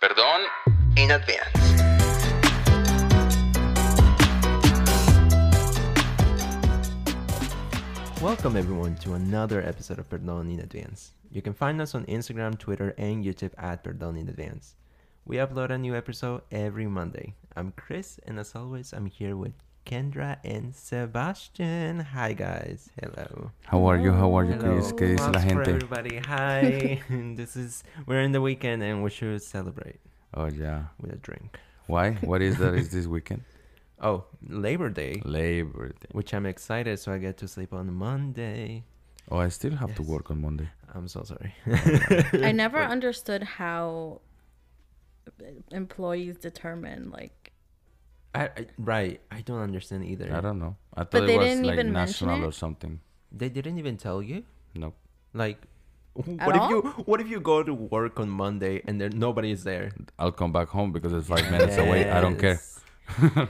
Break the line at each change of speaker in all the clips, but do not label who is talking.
Perdón.
In advance.
Welcome everyone to another episode of Perdón in Advance. You can find us on Instagram, Twitter, and YouTube at Perdón in Advance. We upload a new episode every Monday. I'm Chris, and as always, I'm here with Kendra and Sebastian. Hi guys. Hello.
How are you? How are you,
Hello.
Chris? ¿Qué dice la
Claps for
gente?
everybody. Hi. this is we're in the weekend and we should celebrate
Oh yeah.
with a drink.
Why? What is that? Is this weekend?
Oh, Labor Day,
Labor Day.
which I'm excited so I get to sleep on Monday.
Oh, I still have to
Yes.
work on Monday.
I'm so sorry.
I never understood how employees determine like
I, I right. I don't understand either.
I don't know. I thought
they
it was
didn't
like
even mention
national
it?
or something.
They didn't even tell you.
No.
Like, what if
all?
you what if you go to work on Monday and there nobody is there?
I'll come back home because it's five minutes away. I don't care.
Yes.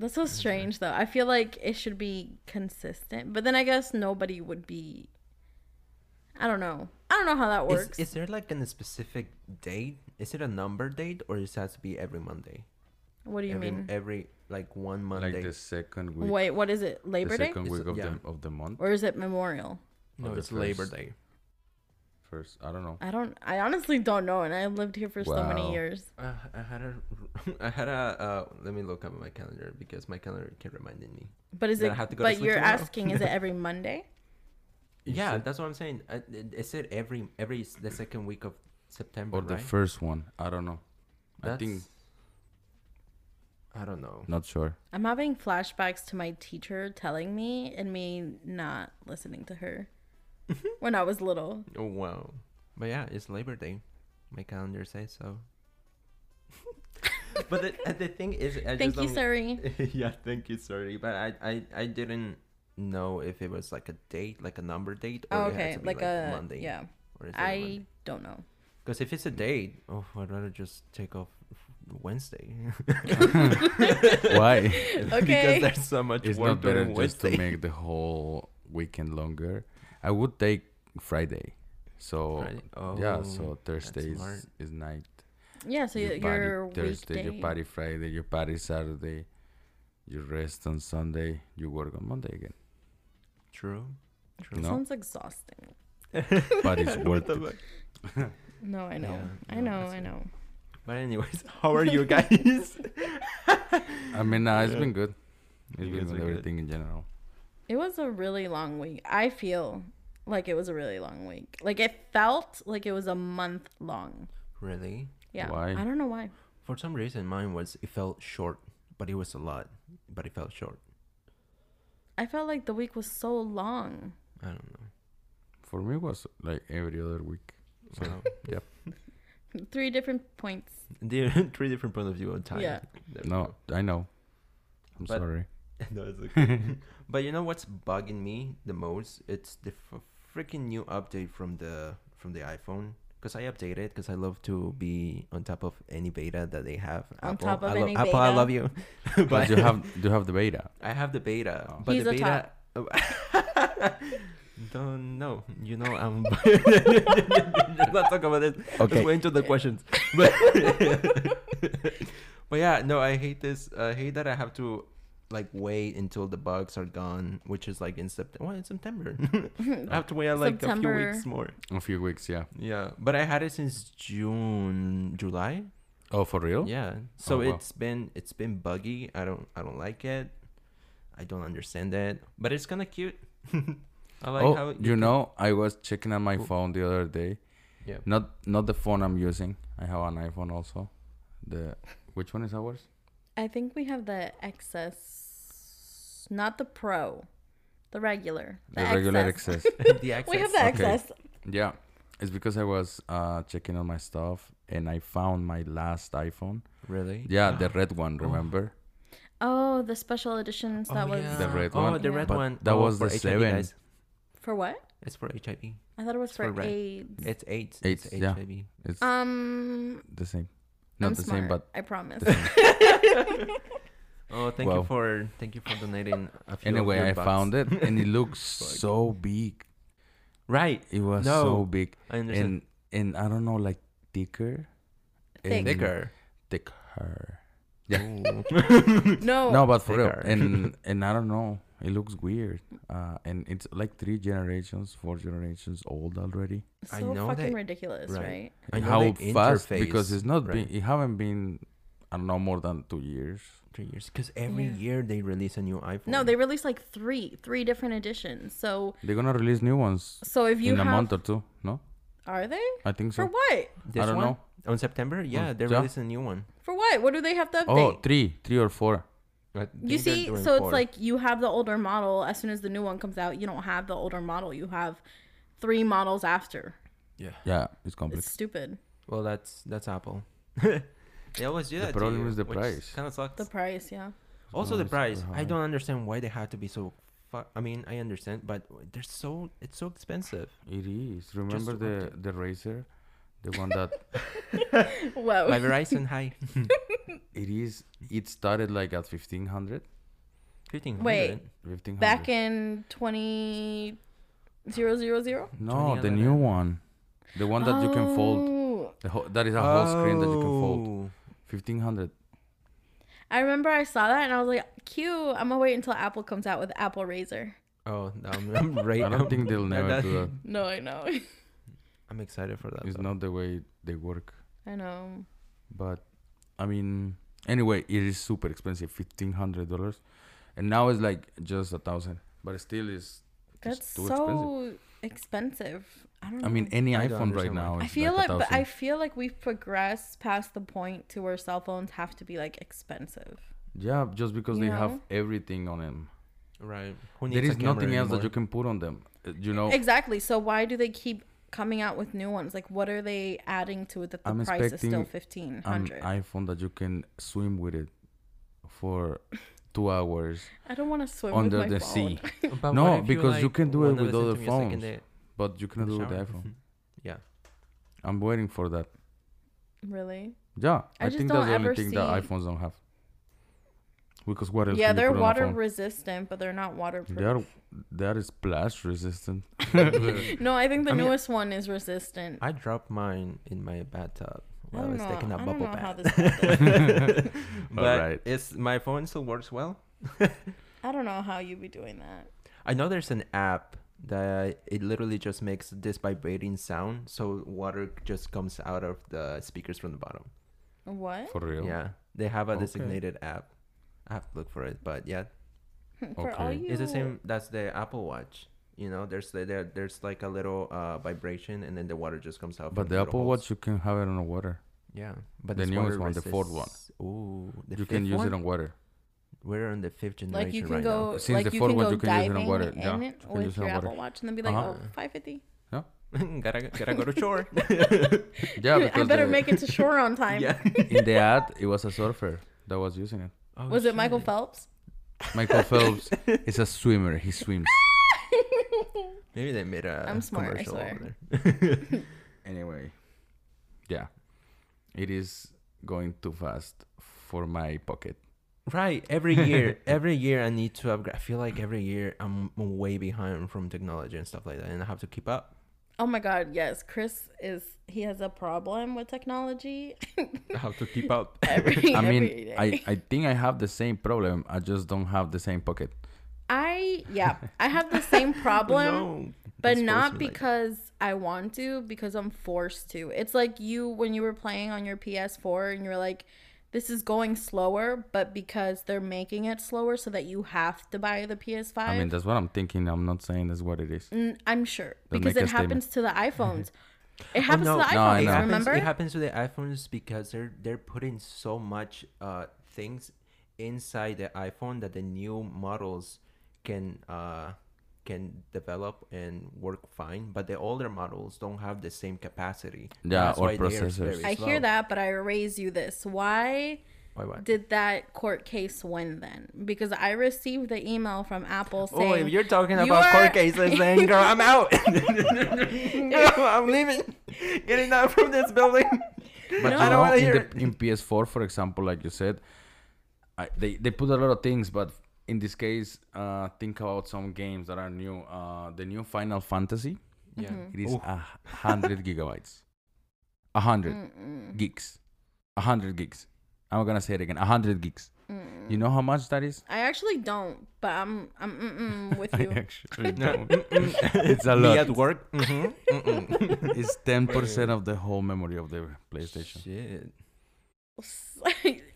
that's so strange though. I feel like it should be consistent, but then I guess nobody would be. I don't know. I don't know how that works.
Is, is there like a specific date? Is it a number date or it has to be every Monday?
what do you
every,
mean?
Every like one
Like
Monday.
the second week.
Wait, what is it?
the
Labor Day
second
It's-
week of
yeah.
the of the month.
or is it Memorial?
no,
on the
Oh, it's Labor
first.
Day.
First, I don't know.
I don't. I honestly don't know, and I lived here for so
Wow.
many years.
Uh, I had a, I had a. Uh, let me look up my calendar because my calendar kept reminding me.
But is
Then I
it?
have to go to
but
sleep
you're
tomorrow.
asking, is it every Monday?
Is
yeah,
it-
that's what I'm saying. Uh, it- Is it every every s- the second week of September?
Or the
right?
first one. I don't know. I think
That's- I don't know.
not sure.
I'm having flashbacks to my teacher telling me and me not listening to her when I was little.
Oh wow! But yeah, it's Labor Day. My calendar says so. but the, uh, the thing is, I
Thank
just
you,
don't-
sorry.
yeah, thank you. Sorry, but I, I I didn't know if it was like a date, like a number date, or
Oh,
it had
okay,
to be
like, a
Monday.
yeah.
Or is it a
I don't know.
Because if it's a date, oh, I'd rather just take off Wednesday.
Why?
Okay.
because there's so much
It's
work
not better
during
just to
Wednesday.
make the whole weekend longer. I would take Friday. So
Friday.
yeah,
Oh,
so
that's
Thursday
smart.
is, is night.
yeah, so
You
your,
party
your
Thursday,
weekday.
you party Friday, you party Saturday, you rest on Sunday, you work on Monday again.
True. True.
That
No.
Sounds exhausting.
But it's worth it.
No, I know.
Yeah,
I
no,
know.
that's
I know.
But anyways, how are you guys?
I mean, nah, it's been good. It's
You
been
guys
good,
are good.
everything in general.
It was a really long week. I feel like it was a really long week. Like it felt like it was a month long.
really?
Yeah.
Why?
I don't know why.
For some reason, mine was it felt short, but it was a lot, but it felt short.
I felt like the week was so long.
I don't know.
For me, it was like every other week. So,
Wow.
yep.
Three different points.
There three different points of view on time.
Yeah.
There we
No, I know. I'm
But-
sorry.
go. no, it's okay. but you know what's bugging me the most? It's the f- freaking new update from the from the iPhone. Cause I update it because I love to be on top of any beta that they have.
On top of
I lo-
any
Apple, I
beta.
love you.
But you have you have the beta.
I have the beta,
Oh.
but
He's
the
a
beta. Don't know. You know, I'm. Let's not talk about this. Let's
Okay.
go into the questions. But, but yeah, no, I hate this. I hate that I have to like wait until the bugs are gone, which is like in September. Well, in September, I have to wait like a few
September.
weeks more.
A few weeks, yeah.
Yeah, but I had it since June, July.
Oh, for real?
Yeah. So
Oh, wow.
it's been it's been buggy. I don't I don't like it. I don't understand it. But it's kind of cute. I like
oh,
how
you know, I was checking on my phone the other day.
Yeah.
Not not the phone I'm using. I have an iPhone also. The which one is ours?
I think we have the XS, not the Pro, the regular.
The, regular access.
the access.
We have the
Okay.
XS.
yeah, it's because I was uh, checking on my stuff and I found my last iPhone.
Really?
Yeah, the red one. Remember?
Oh, the special editions that was
The red
one.
one.
Oh, the red
But
one.
that
Oh,
was
for
the
HIV,
seven.
guys.
for what?
It's for HIV.
I thought it was
It's for
for,
red.
AIDS.
It's eight.
It's-
it's
yeah.
HIV.
It's
Um,
the same. Not
I'm
the
smart.
same, but
I promise.
Oh, thank you
Wow.
for thank you for donating. A few of
anyway,
your
I
bucks.
found it and it looks so big.
Right.
It was
No,
so big
I understand.
and Mm. and I don't know, like thicker.
Thick.
Thicker.
thicker. Yeah.
No.
No, but for real,
Thicker.
and and I don't know. It looks weird, uh, and it's like three generations, four generations old already.
so
I know
fucking
they-
ridiculous,
right.
right?
I
And
know
how
the
fast?
interface,
Because it's not
right.
been. It haven't been. I don't know more than two years.
Three years. Because every
Yeah.
year they release a new iPhone.
No, they released like three, three different editions. So,
They're gonna release new ones
so if you
in
have,
a month or two. No,
are they
I think
for
so.
what?
This
I don't
one?
know. Mm.
On September? Yeah, they're
yeah.
releasing a new one.
For what? What do they have to update?
Oh, three, three or four.
I
You
think they're
see,
doing
so
four.
it's like you have the older model. As soon as the new one comes out, you don't have the older model. You have three models after.
Yeah.
Yeah, it's
It's
complex.
stupid.
Well, that's that's Apple. they always do
The
that. to
problem
you,
is the
which
price.
Kind of sucks.
The price, yeah.
also, the
problem
price.
is super
I
high.
don't understand why they have to be so. Fu- I mean, I understand, but they're so. It's so expensive.
It is. Remember
to
the the racer, the one that
Whoa.
By Verizon, hi.
it is. It started like at 1500
Fifteen hundred.
Wait.
1500
Back in twenty zero zero zero.
No, the
2011.
new one, the one that you can fold.
Oh.
The whole, that is a whole screen that you can fold.
Oh.
Fifteen hundred.
I remember I saw that and I was like, "Cute! I'm gonna wait until Apple comes out with Apple Razor."
Oh, no, I'm, I'm right.
I don't think they'll
that-
never
that-
do that.
No, I know.
I'm excited for that.
It's
though.
not the way they work.
I know.
But I mean, anyway, it is super expensive, fifteen hundred dollars, and now it's like just a thousand. But still, is
That's
too
so expensive. I don't.
I mean,
know.
any
I don't
iPhone right
understand why.
now. Is
I feel
like,
like,
a
but I
thousand.
feel like we've progressed past the point to where cell phones have to be like expensive.
yeah, just because
You
they have
know?
everything on them.
right. Who needs
There
a
is
camera
nothing else that
anymore?
you can put on them. Uh, You know,
Exactly. So why do they keep coming out with new ones? Like, what are they adding to it that the
I'm
price is
expecting
still
um,
fifteen
an
hundred?
iPhone that you can swim with it for two hours.
I don't want to swim
under
with my
the
phone.
sea.
But
No,
what if
because you can do it
wanna
with
listen
other
to music in
phones.
the-
But you cannot
the
do it with the
shower?
iPhone.
Yeah.
I'm waiting for that.
Really?
Yeah,
I
I,
just
think that's
don't
the only
ever
thing that
see-
iPhones don't have. Because what else?
yeah,
can you
they're
put on a
water
phone?
resistant, but they're not waterproof.
They are that is splash resistant.
No, I think the
I mean-
newest one is resistant. I,
I dropped mine in my bathtub while I,
don't
was
know.
taking a
I don't
bubble
know how
bath.
this. happened.
but
Alright.
it's my phone still works well.
I don't know how you be doing that.
I know there's an app that it literally just makes this vibrating sound, so water just comes out of the speakers from the bottom.
What?
For real.
Yeah, they have a
Okay.
designated app. I have to look for it, but yeah,
For all
Okay.
you.
it's the same. That's the Apple Watch. You know, there's the, there, there's like a little uh, vibration, and then the water just comes out.
But
from
the
little
Apple
holes.
Watch, you can have it on the water.
Yeah, but
The
it's
newest
water
one, the fourth one.
resist- Ooh, the
you can
fifth
use
one?
it on water.
We're on the fifth generation
Like you can
right
go,
Since
like
the
you
fourth
can
one,
go
you can use it on
diving
water.
in
Yeah, you
it
can
with
use it
your
on
Apple
water.
Watch, and then be like,
Uh-huh.
oh, 550.
now. gotta gotta go to shore.
Yeah,
I
because
better
the-
make it to shore on time.
yeah.
in the ad. It was a surfer that was using it.
Oh,
Was it Michael
shit.
Phelps?
Michael Phelps is a swimmer. He swims.
Maybe they made a
I'm smart, I
commercial over
swear.
there.
Anyway, yeah, it is going too fast for my pocket.
right. Every year, every year I need to upgrade. I feel like every year I'm way behind from technology and stuff like that, and I have to keep up.
Oh my God, yes. Chris is, he has a problem with technology.
I have to keep up.
every,
I
every
mean,
day.
I, I think I have the same problem. I just don't have the same pocket.
I yeah, I have the same problem,
no,
but
Don't force me
not
like that.
because I want to, because I'm forced to. It's like you when you were playing on your PS4 and you were like, this is going slower, but because they're making it slower so that you have to buy the PS5.
I mean, that's what I'm thinking. I'm not saying that's what it is.
Mm, I'm sure
Don't
because
make
it
a statement.
happens to the iPhones. It happens
no.
to the
No,
it
I
iPhones,
know.
happens,
remember?
it happens to the iPhones because they're they're putting so much uh things inside the iPhone that the new models can uh can develop and work fine, but the older models don't have the same capacity.
Yeah, or
they are
processors.
very
I
slow.
hear that, but I raise you this. Why
Why what?
did that court case win then? Because I received the email from Apple saying
oh, if you're talking
"You
about
are-
court cases, then girl, I'm out. Girl, I'm leaving. Getting out from this building.
But
I
you
don't
know,
wanna
in,
hear
the,
it.
in PS4, for example, like you said, I, they they put a lot of things, but in this case, uh, think about some games that are new. Uh, the new Final Fantasy,
Yeah.
Mm-hmm.
it is
Ooh.
a hundred gigabytes, a hundred
Mm-mm.
gigs. 100 gigs. I'm gonna say it again. 100 gigs. You know how much that is?
I actually don't, but I'm I'm mm-mm with you.
Actually,
No,
it's a
me
lot.
at work. Mm-hmm, mm-mm.
It's 10% of the whole memory of the PlayStation.
Shit.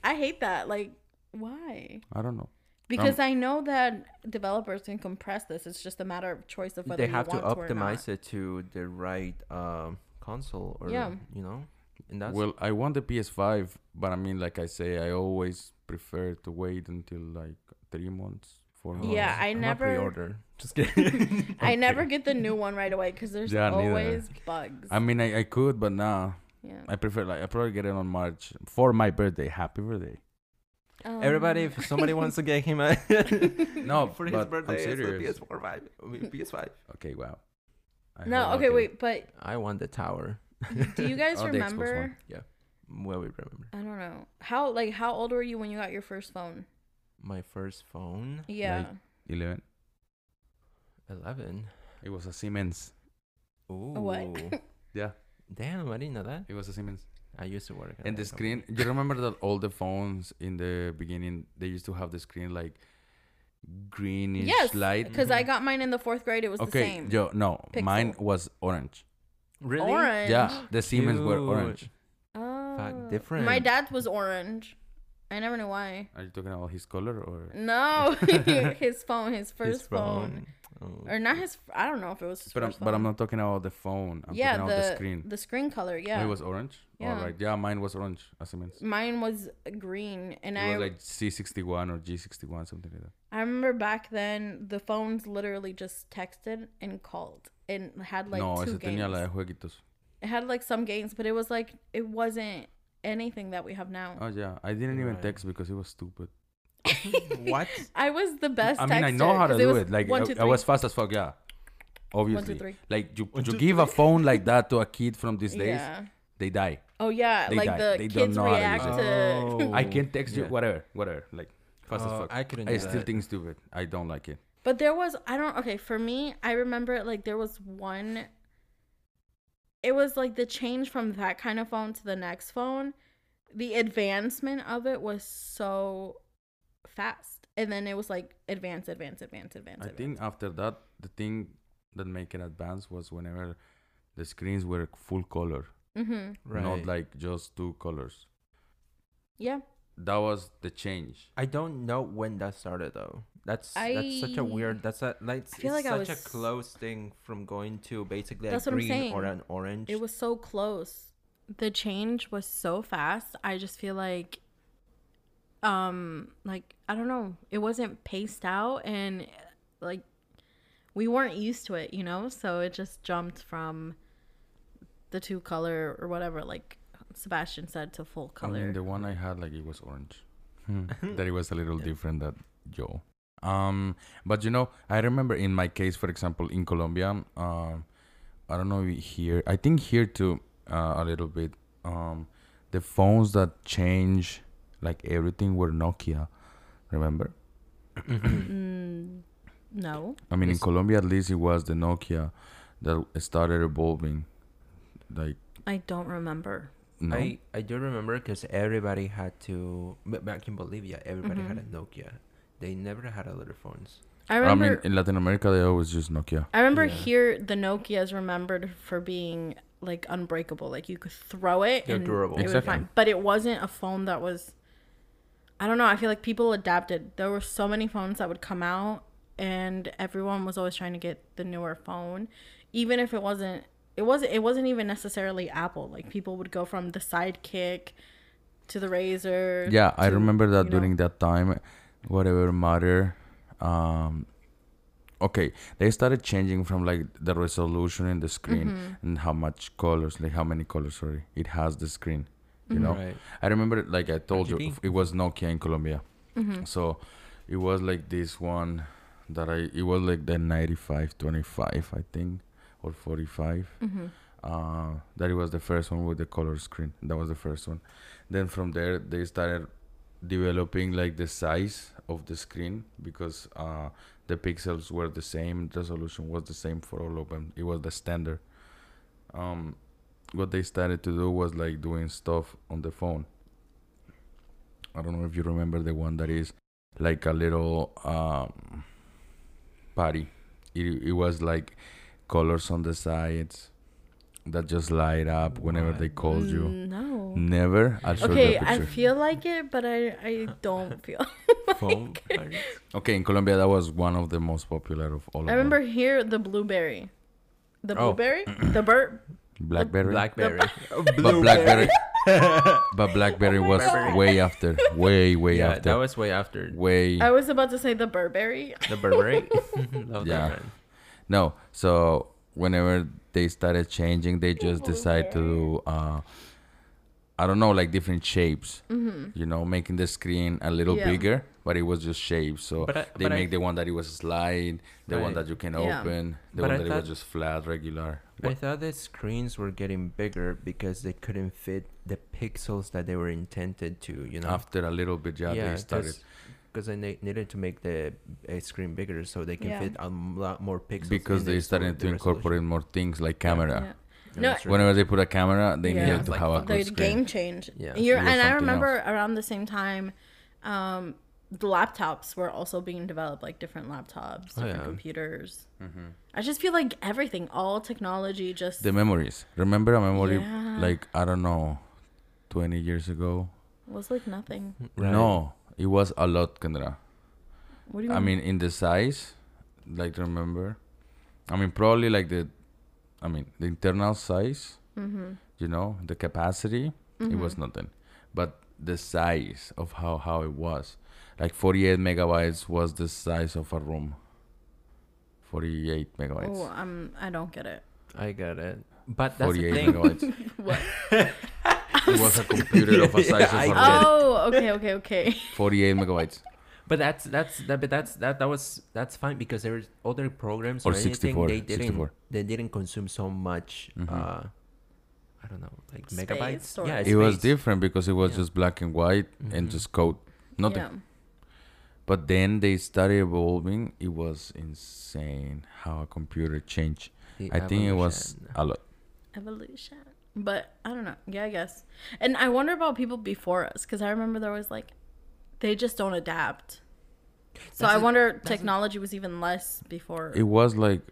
I hate that. Like, why?
I don't know.
Because
Um,
I know that developers can compress this. It's just a matter of choice of whether
they
you
have to
want or not.
optimize it to the right um, console or
Yeah.
you know, and that's
Well, I want the PS5, but I mean, like I say, I always prefer to wait until like three months, four months.
Yeah, I
I'm a
never-
pre-order. Just kidding.
I never get the new one right away because there's
Yeah, neither.
always bugs.
I mean, I, I could, but nah.
yeah.
I prefer like I probably get it on March for my birthday. Happy birthday!
Everybody,
Um,
if somebody wants to get him a
No,
for his
but
birthday,
I'm
it's the
serious.
PS4 vibe. I mean, PS5.
Okay, wow. I
no,
hope I
okay,
can-
wait, but
I want the tower.
do you guys
Oh, the Xbox One.
remember?
Well, we remember
I don't know how like how old were you when you got your first phone?
my first phone,
Yeah,
Eleven.
eleven.
It was a Siemens.
Ooh.
what?
Yeah,
Damn, I didn't know that.
it was a Siemens.
I used to work. at
And the
that
screen.
company.
You remember that all the phones in the beginning they used to have the screen like greenish
yes,
light.
because I got mine in the fourth grade. It was the
Okay,
same.
yo, no, mine
Pixel.
was orange.
Really?
Orange.
Yeah, the Siemens were
Dude.
orange.
Oh.
different.
My dad was orange. I never knew why.
Are you talking about his color or?
No, his phone, his first
His
phone.
phone.
or not his. I don't know if it was. His
But I'm,
first
but I'm
phone.
not talking about the phone. I'm
yeah,
talking
the,
about
the
the screen.
screen. color.
Oh,
Yeah.
It was orange.
Yeah.
All right. Yeah, mine was orange. As Siemens.
Mine was green, and
it
I
was like C61 or G61, something like that.
I remember back then the phones literally just texted and called and had like
no,
two
ese
games.
tenía la de jueguitos.
It had like some games, but it was like it wasn't anything that we have now.
Oh yeah, I didn't even
Right.
text because it was stupid.
what?
I was the best.
I mean, I know
texter,
how to
'cause it
do
was
it. Like
one,
I-
two,
I,
three.
was fast as fuck. Yeah, obviously.
three.
Like you,
One,
you
two,
give a phone like that to a kid from these days,
Yeah.
they die.
Oh yeah,
They
like
died.
the
They don't
kids
know how to use
react
it.
to.
Oh.
I can text
Yeah.
you, whatever, whatever. Like fast
Oh,
as fuck.
I couldn't
Uh, I
do
still
that.
think stupid. I don't like it.
But there was I don't okay, for me, I remember like there was one it was like the change from that kind of phone to the next phone. The advancement of it was so fast. And then it was like advance, advance, advance, advance.
I
advance.
think after that, the thing that make it advanced was whenever the screens were full color,
mm-hmm.
not like just two colors.
Yeah.
That was the change.
I don't know when that started though. That's that's such a
I-
weird. That's a like
feel
it's
like I
such
was-
a close thing from going to basically
That's
a
what I'm
green or
saying.
an orange.
It was so close. The change was so fast. I just feel like um like I don't know, it wasn't paced out and like we weren't used to it, you know? So it just jumped from the two color or whatever like Sebastian said to full color.
I mean, the one I had, like, it was orange. that it was a little different that yo. Um, but you know, I remember in my case, for example, in Colombia, um, I don't know if here. I think here too, uh, a little bit. Um, the phones that change, like everything, were Nokia. Remember?
Mm, no.
I mean, in
Yes.
Colombia, at least it was the Nokia that started evolving. Like,
I don't remember.
no.
I I do remember because everybody had to b- back in Bolivia. Everybody had a
Mm-hmm.
Nokia. They never had other phones.
I
I
remember
mean, in Latin America, they always use Nokia.
I remember
Yeah.
here the Nokia is remembered for being like unbreakable. Like you could throw it
They're
and
durable.
it
Exactly.
would fine. But it wasn't a phone that was I don't know, I feel like people adapted. There were so many phones that would come out and everyone was always trying to get the newer phone. Even if it wasn't it wasn't it wasn't even necessarily Apple. Like people would go from the sidekick to the razor.
Yeah, I
to,
remember that
you know.
during that time, whatever matter. Um, okay, they started changing from like the resolution in the screen
Mm-hmm.
and how much colors, like how many colors, sorry, it has the screen. You
Mm-hmm.
know,
Right.
I remember, like I told you,
RGB.
it was Nokia in Colombia, so it was like this one that I. It was like the ninety-five twenty-five, I think, or 45 Uh, that it was the first one with the color screen. That was the first one. Then from there, they started developing like the size of the screen because uh, the pixels were the same, resolution was the same for all of them. It was the standard. Um, what they started to do was like doing stuff on the phone I don't know if you remember the one that is like a little um, party. It, it was like colors on the sides that just light up whenever
What?
they called you.
Mm,
Mm.
No.
Never. I'll show you
Okay,
a
I
picture.
feel like it, but I I don't feel.
Phone parties?
okay, in Colombia, that was one of the most popular of all. of
I
them.
remember here the blueberry, the
Oh.
blueberry, the bird.
BlackBerry.
Blackberry.
but BlackBerry. but BlackBerry was
God.
way after, way way
Yeah,
after,
that was way after
way.
I was about to say the Burberry.
the Burberry. Love that
Yeah.
brand.
No, so whenever they started changing, they just decide to do, uh, I don't know, like different shapes. You know, making the screen a little
Mm-hmm. Yeah.
bigger, but it was just shapes. So
But I-
they
but I-
make the one that it was slide, the
Right.
one that you can
Yeah.
open, the
But
one
I
that it
thought-
was just flat, regular.
I thought the screens were getting bigger because they couldn't fit the pixels that they were intended to, you know.
After a little bit, yeah, they started
Because then they needed to make the uh, screen bigger so they can
Yeah.
fit a m- lot more pixels.
because
in
they
it, so
started
the
to incorporate more things like camera.
Yeah. No,
resolution-
Whenever they put a camera, they
Yeah.
needed to
Like
have a
the
good screen.
game change.
Yeah.
You're,
It was
and I
something
remember around the same time, um, the laptops were also being developed, like different laptops,
Oh,
different
yeah.
computers. I just feel like everything, all technology, just
the memories. Remember a memory
Yeah.
like I don't know, twenty years ago.
was like nothing.
Right.
No, it was a lot, Kendra.
What do you
I mean, in the size, like remember, I mean probably like the, I mean the internal size.
Mm-hmm.
You know the capacity. It was nothing, but the size of how how it was, like forty eight megabytes was the size of a room. Forty eight megabytes.
Oh, um, I don't get it.
I got it. But that's the
48
thing.
megabytes.
What?
it was a computer of a size
Yeah, I
of a
get
room.
it.
Oh, okay, okay, okay.
48 megabytes
But that's that's that. But that's that. That was that's fine because there was other programs or,
Or
anything
64,
they didn't
64.
they didn't consume so much.
Mm-hmm.
Uh, I don't know, like
Space
megabytes.
or-
Yeah,
it was
space.
different because it was
Yeah. Mm-hmm.
just black and white and just code nothing
Yeah.
but then they started evolving it was insane how a computer changed
The
i think it was
evolution.
a lot
evolution. But I don't know. Yeah, I guess. And I wonder about people before us because I remember there was like, they just don't adapt. So
That's
I
a-
wonder
a-
technology was even less before.
it was like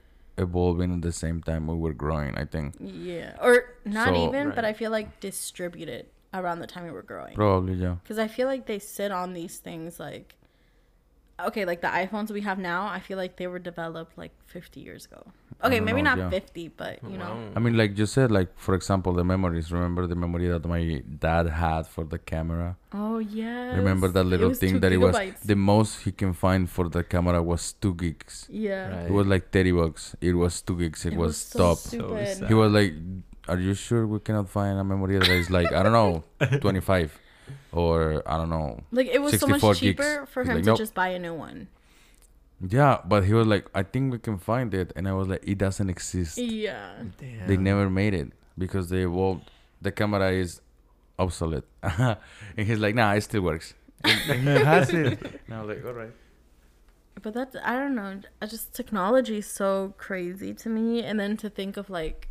evolving at the same time we were growing i think
yeah, or not
So-
even. But
Right.
I feel like distributed around the time we were growing
probably yeah
because I feel like they sit on these things like, okay, like the iPhones we have now. I feel like they were developed like 50 years ago. Okay,
don't
maybe
know,
not
yeah.
50, but you know.
Wow.
i mean like you said like for example the memories remember the memory that my dad had for the camera
Oh yeah.
remember that little thing that it was the most he can find for the camera was two gigs
yeah.
Right.
it was like 30 bucks it was two gigs it, was,
so
stop
stupid.
So sad.
He was like, "Are you sure we cannot find a memory that is like I don't know, 25, or I don't know."
Like it was so
64
much
gigs.
cheaper for
He's
him
like,
to
"Nope."
just buy a new one.
Yeah, but he was like, "I think we can find it," and I was like, "It doesn't exist.
Yeah.
Damn.
They never made it because they evolved. The camera is obsolete." and he's like, "Nah, it still works." And he has it. And I was like, "All right."
But that's I don't know. I just technology is so crazy to me and then to think of like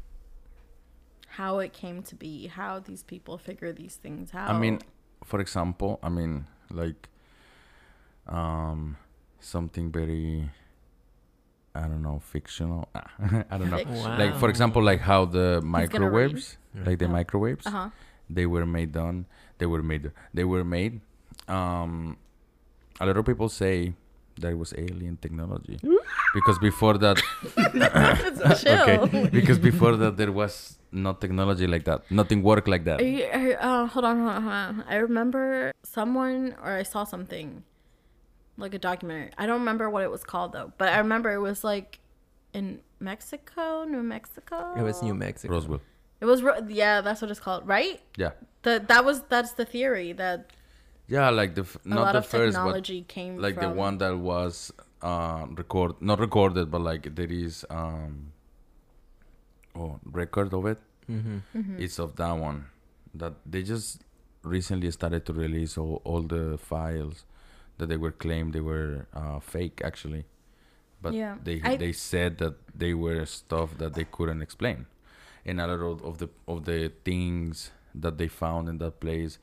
how it came to be, how these people figure these things out.
I mean, for example, I mean, like, um, something very, I don't know, fictional. I don't know.
Fiction.
Like, for example, like how the microwaves,
read.
like the
Yeah.
microwaves,
uh-huh.
they were made on, they were made, they were made. Um, a lot of people say that it was alien technology because before that,
Uh-huh. it's chill.
okay, because before that there was no technology like that. Nothing worked like that.
Are you- are you- uh, hold on, hold on, hold on. I remember someone or I saw something, like a documentary. I don't remember what it was called though, but I remember it was like in Mexico, New Mexico.
It was New Mexico.
Roswell.
It was ro- yeah, that's what it's called, right?
Yeah.
The that was that's the theory that
Yeah, like the f-
a
not
lot
the
of
first, but
technology came
like
from.
the one that was uh record not recorded but like there is um oh record of it
Mm-hmm.
it's of that one that they just recently started to release all, all the files that they were claimed they were uh fake actually but
Yeah.
they
I-
they said that they were stuff that they couldn't explain and a lot of, of the of the things that they found in that place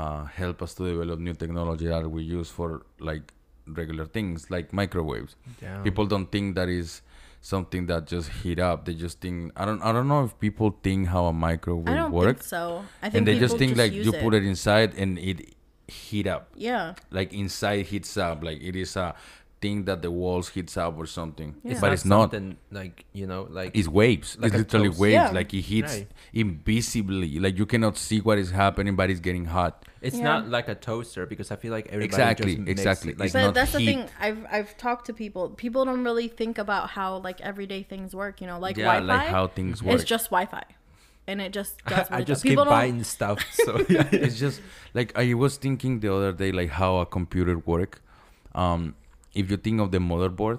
uh, help us to develop new technology that we use for like regular things like microwaves.
Damn.
People don't think that is something that just heat up. They just think I don't I don't know if people think how a microwave
I don't think
works.
so. I think
and they just
people
think like
use
you put it inside and it heat up
Yeah.
like inside heats up like it is a thing that the walls heats up or something
Yeah.
but it's not
something like you know like
it's waves
Like
it's
a
literally
toast.
waves
Yeah.
like it hits
Right.
invisibly like you cannot see what is happening but it's getting hot
it's
Yeah.
not like a toaster because I feel like everybody
Exactly,
just makes
exactly.
it, like
It's
But
not
that's the
heat.
thing. I've I've talked to people. People don't really think about how like everyday things work. You know, like
yeah
Wi-Fi.
like how things work
It's just Wi-Fi, and it just does. What
I
it does.
just keep
People don't-
buying stuff. So yeah.
Oh, it's just like I was thinking the other day, like how a computer work. Um, if you think of the motherboard,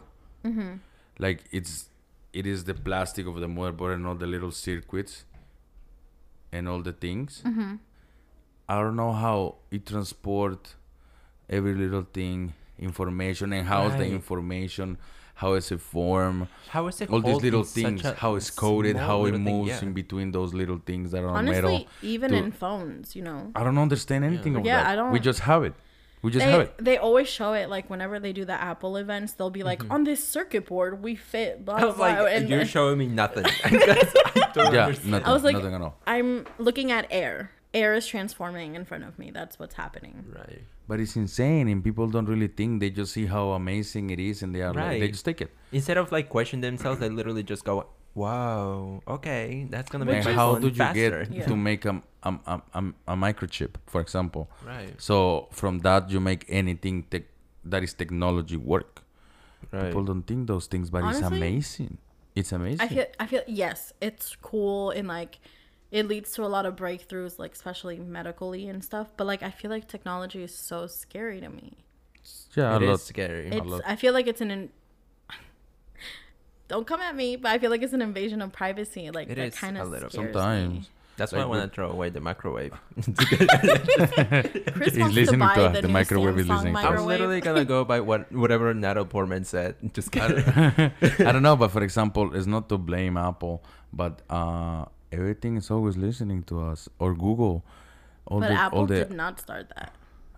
like it's it is the plastic of the motherboard and all the little circuits and all the things. I don't know how it transport every little thing, information, and how's the
Right.
information, how is it form,
how is it
all these
called
little
in such
things,
a
how it's coded,
small
how it
little thing?
moves
Yeah.
in between those little things that are on
Honestly,
metal.
even
to-
in phones, you know,
I don't understand anything of
Yeah,
that.
I don't-
We just have it. We just have
they,
it.
they always show it like whenever they do the Apple events, they'll be like,
Mm-hmm.
on this circuit board we fit. Blah,
I was
blah,
like,
blah," and-
you're showing me nothing. I don't
Yeah,
understand.
nothing.
I was like,
nothing at all.
I'm looking at air. Air is transforming in front of me. That's what's happening.
Right.
But it's insane, and people don't really think. They just see how amazing it is, and they are like, they
Right.
just take it.
Instead of like question themselves, they literally just go, "Wow, okay, that's gonna make
and
my
how
phone
do you
faster."
get
Yeah.
to make a, a, a, a, a microchip, for example?
Right.
So from that, you make anything tech, that is technology work.
Right.
People don't think those things, but it's
Honestly,
amazing. It's amazing.
I feel, I feel, yes, it's cool and like it leads to a lot of breakthroughs, like especially medically and stuff. But like, I feel like technology is so scary to me.
yeah, a
It
lot.
is scary.
It's. I feel like it's an. In- Don't come at me, but I feel like it's an invasion of privacy. Like
It
that
is
kind
a
of
little.
Sometimes
That's why I
Like
want
with-
to throw away the microwave.
Chris
He's
wants to
listening to
buy
us.
the,
The
new
microwave is listening
Samsung
to us.
I
microwave.
was literally gonna go by what whatever Natalie Portman said. Just kidding.
I don't know, but for example, it's not to blame Apple, but uh, everything is always listening to us or Google. All
but
the, all
Apple
the,
did not start that.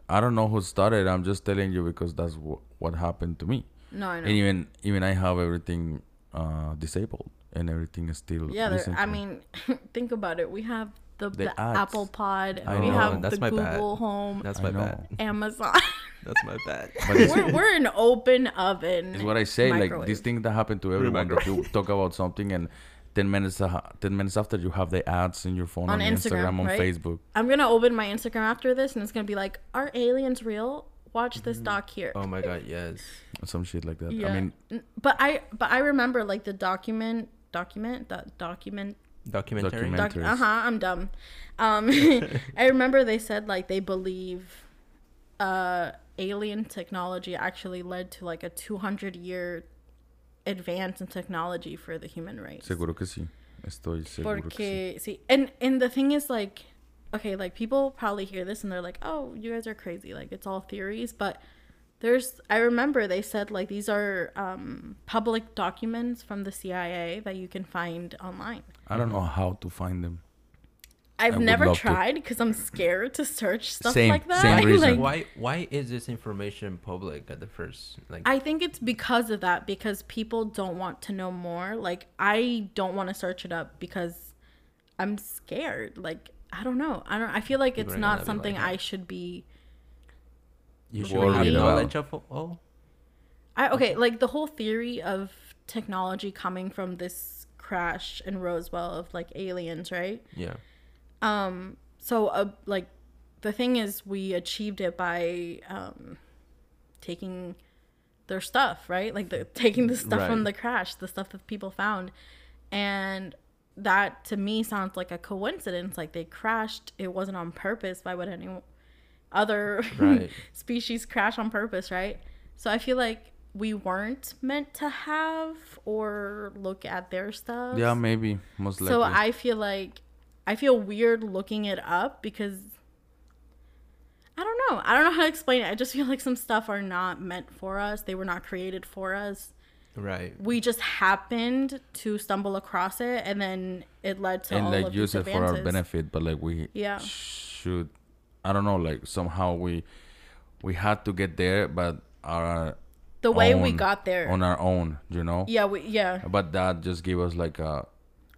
I don't know who started. I'm just telling you because that's wh- what happened to me.
No, I know.
And even even I have everything uh, disabled, and everything is still.
yeah, there-
listening
I
to me.
mean, think about it. We have the, the,
The ads.
Apple Pod.
I
we
know,
have
that's
the
my bad.
Google Home.
That's
I
my
know.
bad.
Amazon.
That's my bad.
But it's,
we're, we're an open oven.
it's what I say. Like these
microwave.
things that happen to everyone. That you talk about something, and ten minutes uh, ten minutes after, you have the ads in your phone
On
on,
Instagram,
on
right?
Facebook.
I'm gonna open my Instagram after this, and it's gonna be like, "Are aliens real? Watch this doc here."
oh my god, yes.
Some shit like that.
Yeah.
Mm-hmm. Um, I mean,
N- but I but I remember like the document document that document
Documentary.
Document-
doc,
Mentors.
uh huh I'm dumb. Um, I remember they said like they believe uh alien technology actually led to like a 200 year advance in technology for the human race.
seguro que sí. Estoy seguro que sí.
Porque see, and and the thing is like, okay, like people probably hear this and they're like, oh, you guys are crazy. Like it's all theories, but there's I remember they said like these are um, public documents from the CIA that you can find online.
I don't know how to find them.
I've
would
never
love to.
tried because I'm scared to search stuff
Same-
like that.
same reason.
Like,
Why why is this information public at the first? Like
I think it's because of that because people don't want to know more. Like I don't want to search it up because I'm scared. Like I don't know. I don't I feel like
People
it's
are gonna
not
be
something
like
I
that.
should be
you should
worried
have
about-
knowledge of all.
I okay, like the whole theory of technology coming from this crash in Roswell of like aliens, right?
Yeah.
Um so uh, like the thing is we achieved it by um taking their stuff, right? Like the taking the stuff from
Right.
the crash, the stuff that people found. And that to me sounds like a coincidence. Like they crashed, it wasn't on purpose. Why would any other
Right.
species crash on purpose, right? So I feel like we weren't meant to have or look at their stuff.
Yeah, maybe most likely.
So I feel like I feel weird looking it up because I don't know. I don't know how to explain it. I just feel like some stuff are not meant for us. They were not created for us.
Right.
We just happened to stumble across it, and then it led to
and
all
like
of
use
these
it for
advances.
our benefit, but like we
Yeah.
should I don't know, like somehow we we had to get there, but our
The way we
own-
got there.
on our own, you know.
yeah, we, yeah.
But that just gave us like a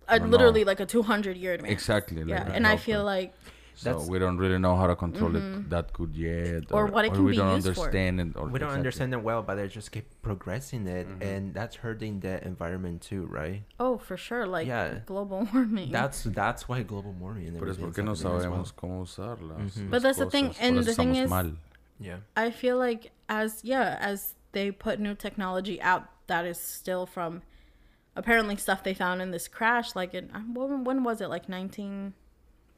I
don't
literally
know.
like a 200 year advance.
exactly like
Yeah,
a
and I
helper.
feel like
so
That's-
we don't really know how to control it that good yet,
Mm-hmm. Or what it can
we
be
don't
used for.
understand it, or
we don't
exactly.
understand it well, but they just keep progressing it, and that's hurting the environment too, right?
oh, for sure, like
Yeah.
global warming.
That's that's why global warming. and
Pero es
everything
porque no
is happening as well.
sabemos cómo usarlas.
Ujú.
But that's the thing, and the thing is-
Yeah,
I feel like as yeah, as they put new technology out that is still from apparently stuff they found in this crash like in um, when, when was it like 1947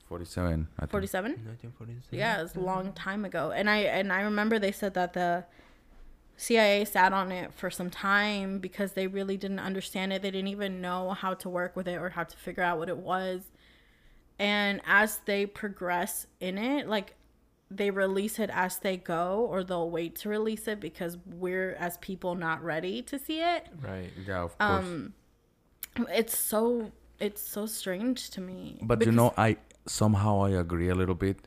47. I think.
1946.
yeah it's a long time ago and i and i remember they said that the cia sat on it for some time because they really didn't understand it they didn't even know how to work with it or how to figure out what it was and as they progress in it like they release it as they go or they'll wait to release it because we're as people not ready to see it
Right.
Yeah, of course.
Um, it's so it's so strange to me
but you
Because-
know, I somehow I agree a little bit.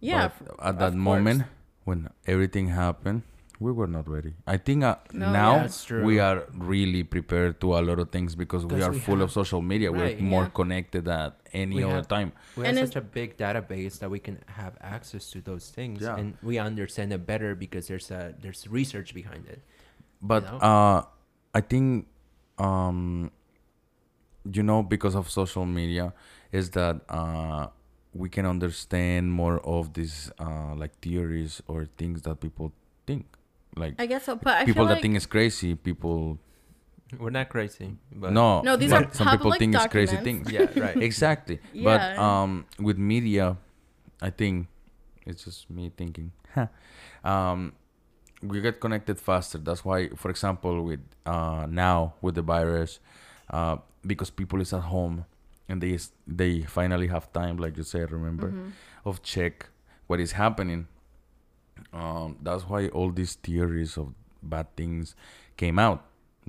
yeah
but
f-
at
of
that
course.
moment when everything happened, we were not ready. I think uh,
No,
now
yeah.
That's true.
we are really prepared to a lot of things because we
Because
are
we
full
have-
of social media.
Right.
We're more
Yeah.
connected than any
We
other
have-
time.
We have
And
such a big database that we can have access to those things,
Yeah.
and we understand it better because there's a there's research behind it.
but
know?
uh i think um you know because of social media is that uh we can understand more of these uh like theories or things that people think like
i guess so but i
people
feel
that
like
think it's crazy people
We're not crazy, but
no
No, these
but
are
some people
public
think it's crazy
documents.
things
yeah, right.
exactly but
Yeah.
um with media i think it's just me thinking um we get connected faster that's why for example with uh now with the virus uh because people is at home and they s- they finally have time like you said remember
Mm-hmm.
of check what is happening um that's why all these theories of bad things came out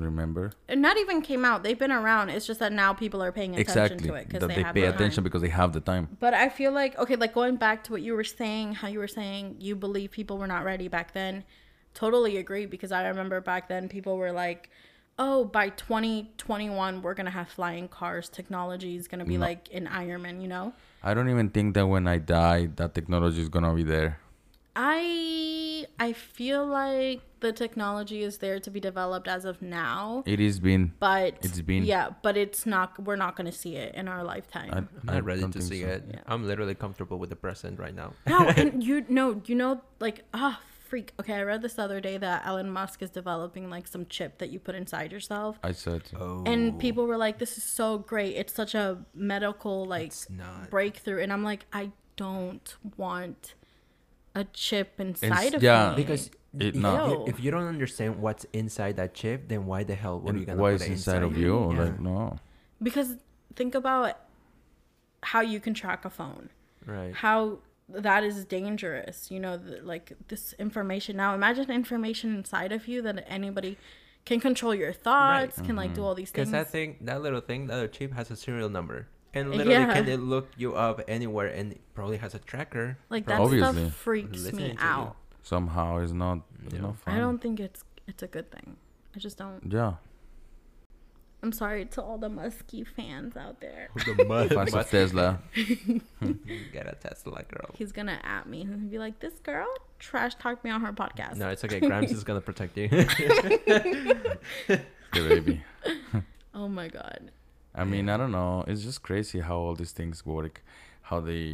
remember
And not even came out. They've been around. It's just that now people are paying attention
exactly
to it because
that
they,
they
have
pay
the
attention
time.
because they have the time
But I feel like okay, like going back to what you were saying, how you were saying you believe people were not ready back then. Totally agree because I remember back then people were like, "Oh, by 2021 we're going to have flying cars. Technology is going
Mm-hmm.
to be like an Iron Man, you know?"
I don't even think that when I die, that technology is gonna be there.
I I feel like the technology is there to be developed as of now,
It is been.
but
It's been-
yeah, but it's not we're not going to see it in our lifetime.
I,
I'm not
I
ready
don't
to
think
see
so.
it. I'm literally comfortable with the present right now.
No, and you no, you know, like ah, freak. Okay, I read this the other day that Elon Musk is developing like some chip that you put inside yourself,
I said
Oh,
and people were like, "This is so great! It's such a medical like
it's not.
breakthrough." And I'm like, I don't want a chip inside of
yeah.
me
because
It
if,
not-
you, if you don't understand what's inside that chip, then why the hell were you
and
gonna
why
put
is
it
inside of you?
Yeah.
Like no,
because think about how you can track a phone.
Right.
how that is dangerous you know th like this information now imagine information inside of you that anybody can control your thoughts can like do all these
Because
things
Mm-hmm.
Uh,
that thing, that little thing, that little chip has a serial number, and literally can
Yeah.
it look you up anywhere, and it probably has a tracker.
like that
probably
stuff
Obviously.
freaks
listening
me
to you.
out
somehow it's not. It's
Yeah.
not fun.
i don't think it's it's a good thing i just don't
Yeah,
i'm sorry to all the muskie fans out there
fans of Tesla.
Get a Tesla girl.
he's gonna at me he'll be like this girl trash talked me on her podcast
No, it's okay. Grimes is gonna protect you.
The baby.
oh my god
I mean, I don't know. It's just crazy how all these things work. How they,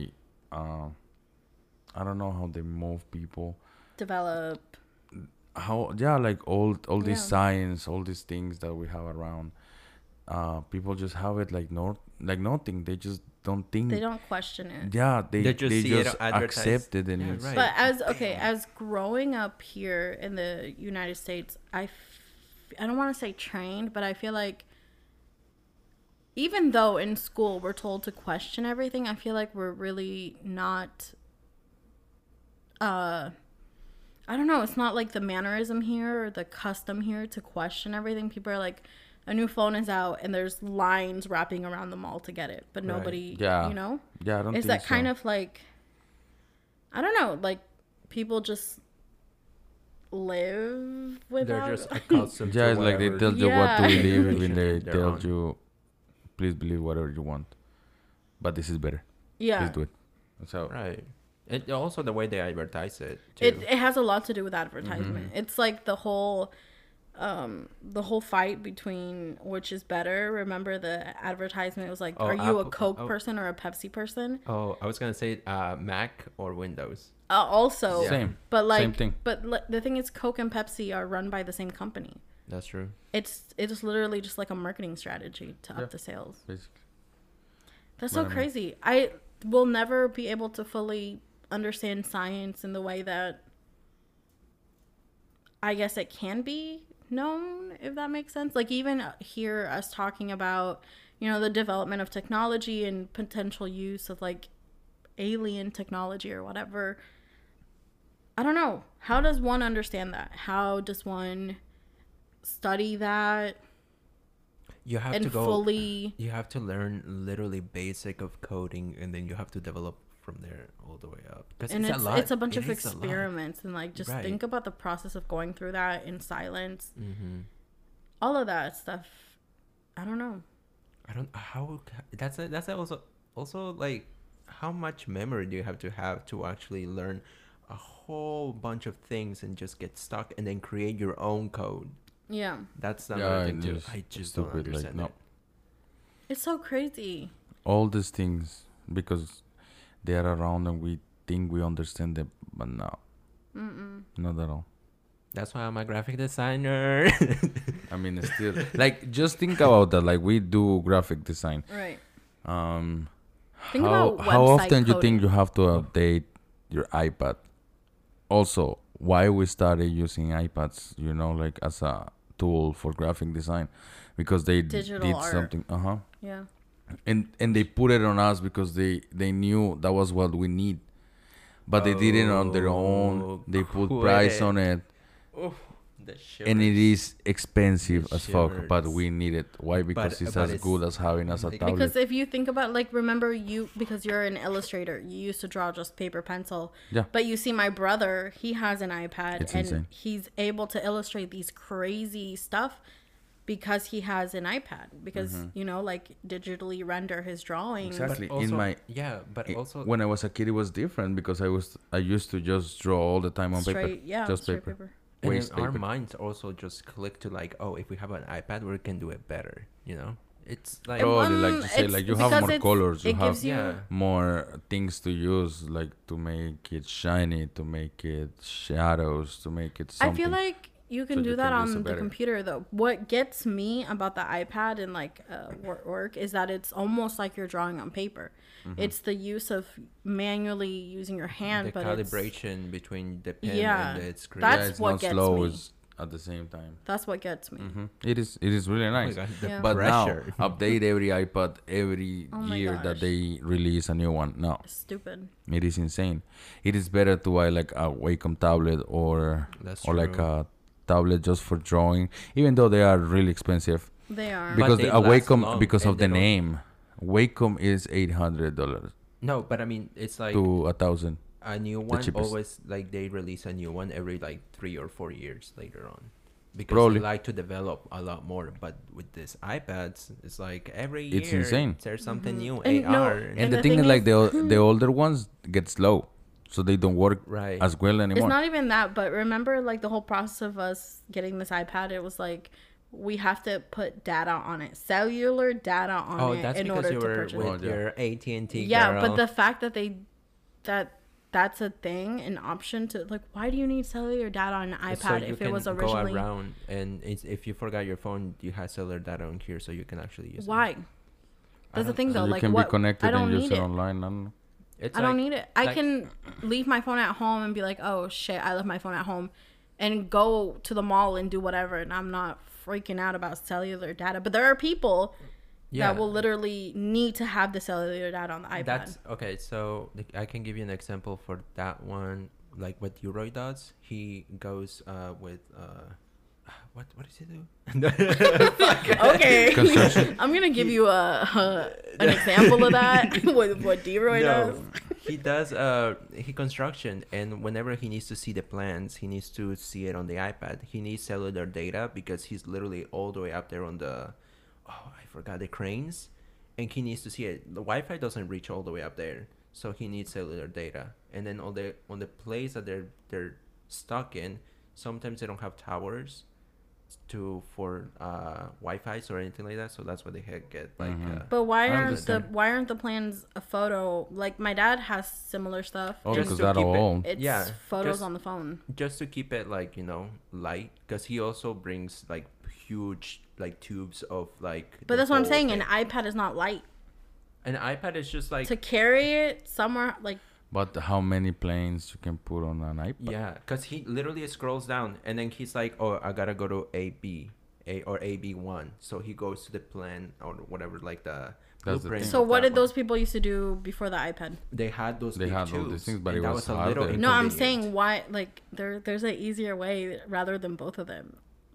uh, I don't know how they move people.
develop
how yeah like all all this
Yeah.
science all these things that we have around uh people just have it like no like nothing they just don't think
they don't question it
yeah they
They
they
just
just,
see it advertised.
accept it and
Yeah,
it's,
right.
But as okay, as growing up here in the United States, I f- I don't want to say trained, but I feel like even though in school we're told to question everything, I feel like we're really not uh I don't know, it's not like the mannerism here or the custom here to question everything. People are like a new phone is out and there's lines wrapping around the mall to get it, but nobody,
Yeah.
you know?
yeah i don't
It's
think
that kind
so.
of like I don't know, like people just live without.
They're just accustomed
Yeah,
to
it's like they
whatever.
tell you what
Yeah.
to believe when they
Information they're
tell
on.
you, please believe whatever you want. But this is better.
yeah.
Please do it. That's how.
Right.
It, also, the way they advertise it. Too.
it, it has a lot to do with advertisement it's like the whole um the whole fight between which is better remember the advertisement was like
Oh,
are you a
Apple-
coke
oh.
person or a pepsi person
oh, I was gonna say uh, Mac or Windows.
uh, also
Same.
but like
Same thing.
but li- the thing is coke and pepsi are run by the same company
That's true.
it's it's literally just like a marketing strategy to
Yeah.
up the sales
Basically.
that's
What
so
I mean.
crazy i will never be able to fully understand science in the way that I guess it can be known, if that makes sense. Like, even hear us talking about, you know, the development of technology and potential use of like alien technology or whatever. I don't know. How does one understand that? How does one study that
You have to
and
go.
fully.
You have to learn literally basic of coding, and then you have to develop from there all the way up. Because
And
it's,
it's,
a lot.
it's a bunch
It
of
is a lot.
experiments and like just
Right.
think about the process of going through that in silence.
Mm-hmm.
All of that stuff. I don't know.
I don't how that's a, that's a also also like how much memory do you have to have to actually learn a whole bunch of things and just get stuck and then create your own code.
Yeah.
That's
Yeah,
another thing
it
too.
is
I just don't
stupid, like,
understand
no.
it.
It's so crazy.
All these things because they are around and we think we understand them, but no,
Mm-mm.
not at all.
That's why I'm a graphic designer.
I mean, it's still like just think about that. Like we do graphic design.
Right.
Um,
Think
how
about
how
website
often you
coding.
think you have to update your iPad? Also, why we started using iPads? You know, like as a tool for graphic design, because they d-
Digital
did
art.
something. Uh huh.
Yeah.
and and they put it on us because they they knew that was what we need but they did it on their own
Oh,
they put price on it
oh, the shit.
and it is expensive
It
as fuck but
shivers.
we need it why because it's
but
as
it's-
good as having as a
Because
tablet
Because if you think about like remember you because you're an illustrator, you used to draw just paper pencil.
Yeah.
But you see my brother, he has an iPad
It's
and
insane.
he's able to illustrate these crazy stuff because he has an iPad because you know like digitally render his drawings.
Mm-hmm. Exactly.
But
in
also-
my-
yeah, but
It-
also
when i was a kid it was different because i was i used to just draw all the time on
Straight,
paper
yeah,
just
straight
paper,
paper.
and
waste
then our
paper.
minds also just click to like, oh, if we have an iPad, we can do it better. You know, it's like
Oh, Probably, like you say,
it's
like, you have
because
more
it's-
colors, you
it
have-
gives you
yeah.
more things to use like to make it shiny to make it shadows to make it something
I feel like you can
So
do
you
that
can use it
on the
better.
computer though. What gets me about the iPad and like uh, wor- work is that it's almost like you're drawing on paper.
Mm-hmm.
It's the use of manually using your hand,
the
but it's,
calibration between the pen
Yeah.
and the screen.
That's
it's
what
not
gets
slow
me.
it's at the same time Hmm?
that's what gets me.
It is it is really
Oh my
nice.
God, the
Yeah.
But
pressure.
now update every iPad every
Oh my
year
gosh.
that they release a new one. No,
Stupid.
it is insane. It is better to buy like a Wacom tablet or
That's
or like
true.
a tablet just for drawing, even though they are really expensive
They are.
because
Mm. they
the, a
last
Wacom
long
because
and
of the
they don't-
name. Wacom is eight hundred dollars
no, but I mean, it's like
to a thousand.
a new one
cheapest.
always like they release a new one every like three or four years later on because
Probably.
they like to develop a lot more. But with this iPads, it's like every year
It's insane.
There's something new
Mm-hmm. And no-
AR.
And,
And
the,
the
thing,
thing Hmm.
is, like the o- the older ones get slow, so they don't work
Right.
as well
It's
anymore.
not even that, but remember like the whole process of us getting this iPad, it was like we have to put data on it, cellular data on
oh,
it
that's
in
because
order
you
to
were
purchase. it.
with
Oh, yeah.
your AT and T.
yeah but the fact that they that that's a thing an option to like why do you need cellular data on an ipad
you
if it was
can
originally
go around and it's, if you forgot your phone, you have cellular data on here, so you can actually use. it.
why that's the
don't-
thing
so
though
you
like
can
what
be connected
i don't
and use
need
it
it
online. I don't know.
It's
i don't
like-
need it i
like-
can leave my phone at home and be like oh shit i left my phone at home and go to the mall and do whatever and i'm not freaking out about cellular data but there are people
Yeah.
that will literally need to have the cellular data on the ipad
That's okay. So like, I can give you an example for that one, like what Uroy does. He goes uh, with uh, what what does it do?
okay.
Construction.
I'm gonna give you a, a an example of that. what what D-Roy does.
he does uh he construction and whenever he needs to see the plans, he needs to see it on the iPad. He needs cellular data because he's literally all the way up there on the oh I forgot the cranes, and he needs to see it. The Wi-Fi doesn't reach all the way up there, so he needs cellular data. And then on the on the place that they're they're stuck in, sometimes they don't have towers to for uh Wi-Fi's or anything like that. So that's why they ha- get like.
Mhm.
Uh,
But why
I
aren't the
understand.
why aren't the plans a photo? Like my dad has similar stuff.
Oh,
Just
because
to
that
keep it-
all.
It's
Yeah,
photos
just-
on the phone.
just to keep it like you know light because he also brings like huge like tubes of like
But
the
that's what I'm
whole
saying. An
thing.
iPad is not light.
an ipad is just like
to carry it somewhere, like
But how many planes you can put on an iPad?
yeah because he literally scrolls down and then he's like oh i gotta go to a b a or ab1 so he goes to the plan or whatever like the
the
blueprint
thing.
so.
of
What
that
did
one.
those people used to do before the iPad?
they had those
They
big
had all
tubes,
these things, but
and
it
that
was
was a
harder.
little
No, I'm
inconvenient.
saying why. Like there, there's an easier way rather than both of them.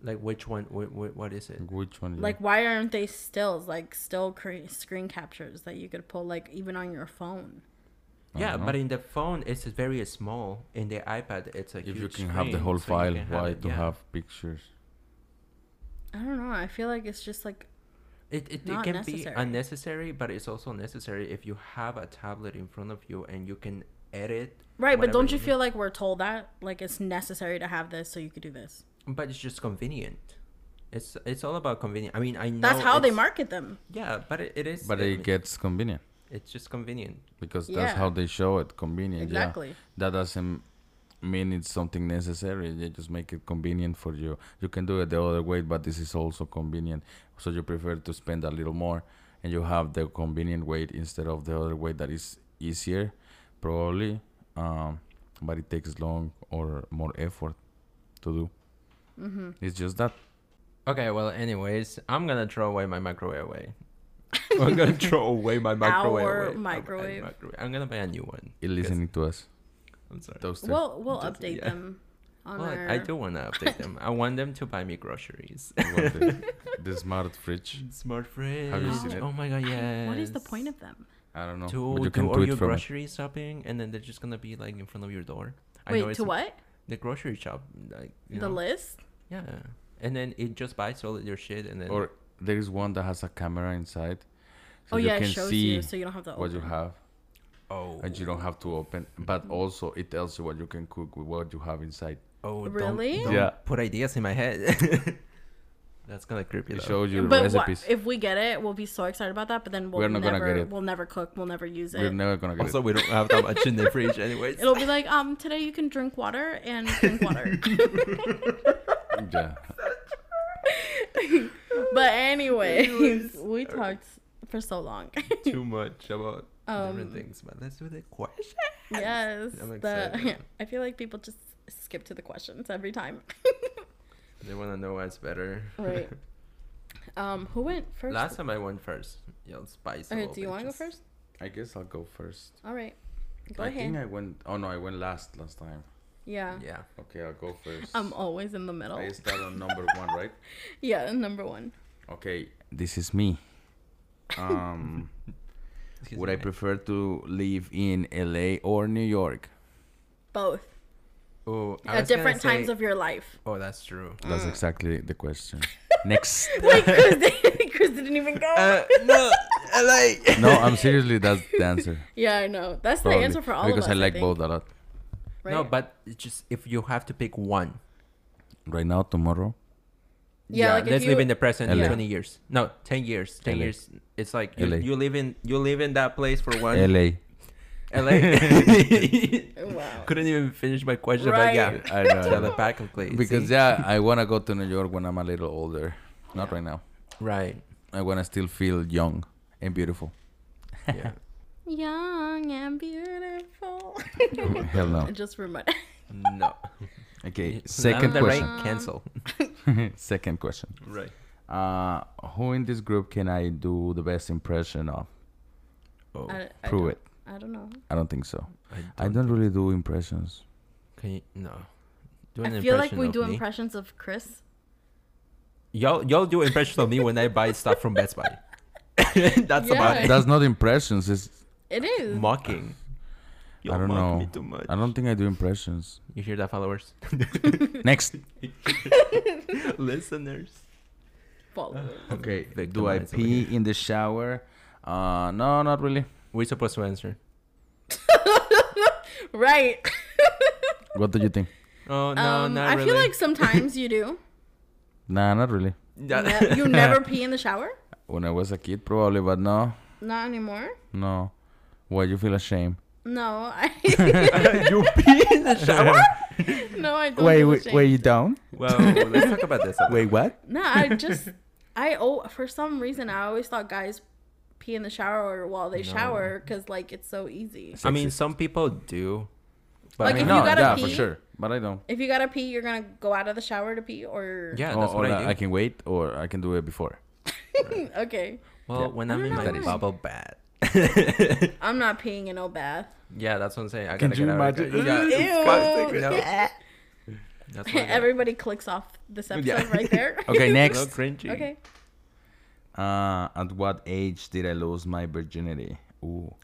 like which one wh- wh- what is it
Which one?
Like why aren't they stills? Like still cre- screen captures that you could pull, like even on your phone.
I
yeah
don't know.
but in the phone it's very small in the ipad it's a
if
huge
you can have the
screen,
whole
so you
file,
can have
why
it,
to
yeah.
have pictures?
I don't know. I feel like it's just like
It, it, it
Not
can
necessary.
be unnecessary, but it's also necessary if you have a tablet in front of you and you can edit.
right, but
whatever
don't you
need.
feel like we're told that like it's necessary to have this so you could do this?
But it's just convenient. It's it's all about convenient. I mean, I know
That's how they
it's-
market them.
Yeah, but it, it is.
But
I
it
mean,
gets convenient
It's just convenient.
because
Yeah.
that's how they show it. Convenient. Yeah.
Exactly.
that doesn't mean it's something necessary they just make it convenient for you you can do it the other way but this is also convenient so you prefer to spend a little more and you have the convenient way instead of the other way that is easier probably um, but it takes long or more effort to do mm-hmm. it's just that
Okay, well, anyways, I'm gonna throw away my microwave away. I'm gonna throw away my microwave.
Our
away. I'm- I'm
microwave.
microwave. I'm gonna buy a new one.
it
'cause-
listening to us
I'm sorry.
toaster
We'll we'll
Doesn't-
update
yeah.
them. On
Well,
our...
I do wanna update them. I want them to buy me groceries.
What the, the smart fridge
Smart fridge.
Have you seen it?
Oh my god, yes.
What is the point of them?
i don't know but
to
you
do
can
all
do
your
it from it.
grocery shopping, and then they're just gonna be like in front of your door.
Wait, to
a-
what?
The grocery shop, like you
The
know?
list?
Yeah, and then it just buys all your shit, and then
or there is one that has a camera inside so
oh
you
yeah, it
can
shows
see
you, so you don't have to open. Mm-hmm.
what you have
oh,
and you don't have to open but also it tells you what you can cook with what you have inside
oh, don't-
Really?
don't
Yeah.
Put ideas in my head. That's gonna creep you
it
out.
shows you
but wha-
recipes
if we get it, we'll be so excited about that. But then we'll
We're not
never,
gonna get it.
we'll never cook. We'll never use
we're
it.
never gonna get
Also, we don't have that much in the fridge, anyways.
It'll be like, um, today you can drink water and drink water.
it yeah
but anyways, we talked for so long.
Too much about
Um,
different things, but let's do the question.
yes,
I'm
the,
excited.
I feel like people just skip to the questions every time.
They wanna know us better.
right. Um, who went first?
Last time I went first. Yo, spice.
okay, do you want to go first?
i guess i'll go first
All right, go
i
ahead.
think i went oh no i went last last time
yeah.
Yeah.
okay i'll go first
I'm always in the middle.
i start on number one right
Yeah, number one.
okay this is me um
Excuse
would
me.
i prefer to live in la or new york
Both.
Oh, I
At
was gonna
different times
say-
of your life.
Oh, that's true.
that's
Mm.
exactly the question next
Wait, Chris, Chris didn't even go.
Uh, no, like.
no i'm seriously that's the answer
yeah, I know. That's the
Probably,
answer for all
because
of us.
I like
think,
both a lot.
Right?
No, but it's just if you have to pick one.
Right now, tomorrow,
Yeah, like, if
let's live
you-
in the present.
LA.
Twenty years. No, ten years. Ten
LA.
years. It's like you,
LA.
you live in you live in that place for one.
LA.
LA.
Oh, Wow.
Couldn't even finish my question, but yeah.
Right.
I know.
Telepathically.
because
see?
yeah, I wanna go to New York when I'm a little older. Not right now.
Right.
I wanna still feel young and beautiful.
Yeah.
Young and beautiful.
Hell no.
It Just remind.
No.
Okay.
Lana
Second
Del Rey,
question.
Cancel.
second question.
Mm.
Right.
Uh, who in this group can I do the best impression of?
Oh.
I, I
Prove
don't-
it.
I don't know.
I don't think so.
I don't,
I don't really do impressions.
Can you, no. Do
I
an
feel like
impression
we
of
do
me.
impressions of Chris.
y'all y'all do impressions of me when I buy stuff from Best Buy. That's about
Yeah.
it.
That's not impressions. It's
It is.
Mocking. Y'all
I don't
mock
know.
Me too much.
I don't think I do impressions.
You hear that, followers,
Next.
listeners?
Followers.
Okay. Do I
Victimized over
pee
here.
in the shower? Uh, no, not really.
We're supposed to answer.
Right.
What do you think?
Oh no,
um,
not
I
really.
feel like sometimes you do.
Nah, not really.
Ne- you never pee in the shower?
When I was a kid, probably, but no,
Not anymore.
no. Why you feel ashamed?
No, I
you pee in the shower?
no, I don't.
Wait,
feel
wait,
ashamed.
wait, you don't?
well, let's talk about this.
Wait, what?
No, I just I oh for some reason I always thought guys pee in the shower or while they shower because like it's so easy.
I mean, some people do. But
Like,
I
if
mean,
you
no,
gotta
yeah, for
pee-
sure. But I don't.
If you gotta pee, you're gonna go out of the shower to pee or
yeah,
or
that's
or
what I
Oh, I,
do.
can wait, or I can do it before.
okay.
well,
Yeah.
when I'm
don't
in
know
my
why.
bubble bath.
I'm not peeing in no bath.
yeah, that's what I'm saying. I
Can
gotta
you
get out of
imagine?
there.
Ew.
Yeah, no, that's what I do.
Everybody clicks off this episode
Yeah.
right there.
Okay,
A
next.
little cringy.
okay.
Uh, at what age did I lose my virginity? Ooh,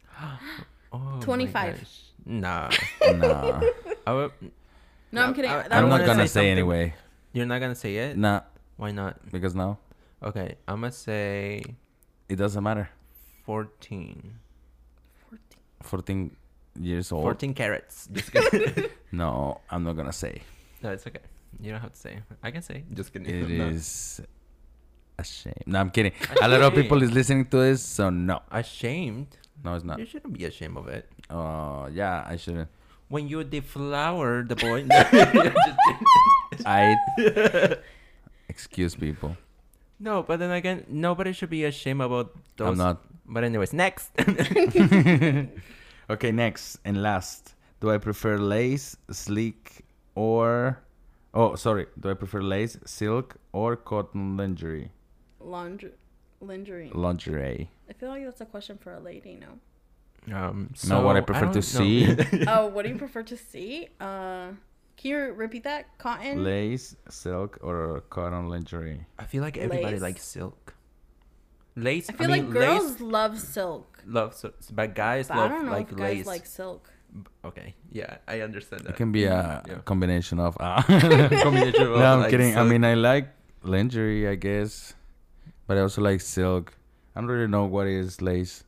Oh, my
25.
gosh. Nah.
nah.
I would,
No, I'm kidding.
I- I
That
I'm
was-
not
wanna
gonna say,
say something.
anyway.
you're not gonna say it?
Nah,
Why not?
because now
Okay, I'm gonna say
it doesn't matter.
14.
14 years old.
14 carats. Just kidding.
No, I'm not gonna say.
no, it's okay. You don't have to say. I can say. Just kidding.
It
No.
is a shame. No, I'm kidding. A lot of people is listening to this, so no,
Ashamed?
no, it's not.
You shouldn't be ashamed of it.
Oh, yeah, I shouldn't.
When you deflower the boy. No, just kidding.
I excuse people.
no, but then again, nobody should be ashamed about those.
I'm not.
But anyways, next.
Okay, next and last. Do I prefer lace, sleek, or oh, sorry. Do I prefer lace, silk, or cotton lingerie?
Laundry, lingerie.
Lingerie.
I feel like that's a question for a lady. No.
Um,
No, what I
so,
prefer to
don't know.
see.
oh, what do you prefer to see? Uh, can you repeat that? Cotton.
Lace, silk, or cotton lingerie.
I feel like everybody
Lace.
likes silk. Lace.
I feel
mean,
like
lace
girls love silk,
love, so, but guys
but I
love
don't know
like
if guys
lace.
like silk.
Okay, yeah, I understand
It
that.
can be a
Yeah.
combination of. uh,
Combination of,
no, I'm
like,
kidding. I
silk.
mean, I like lingerie, I guess, but I also like silk. I don't really know what is lace.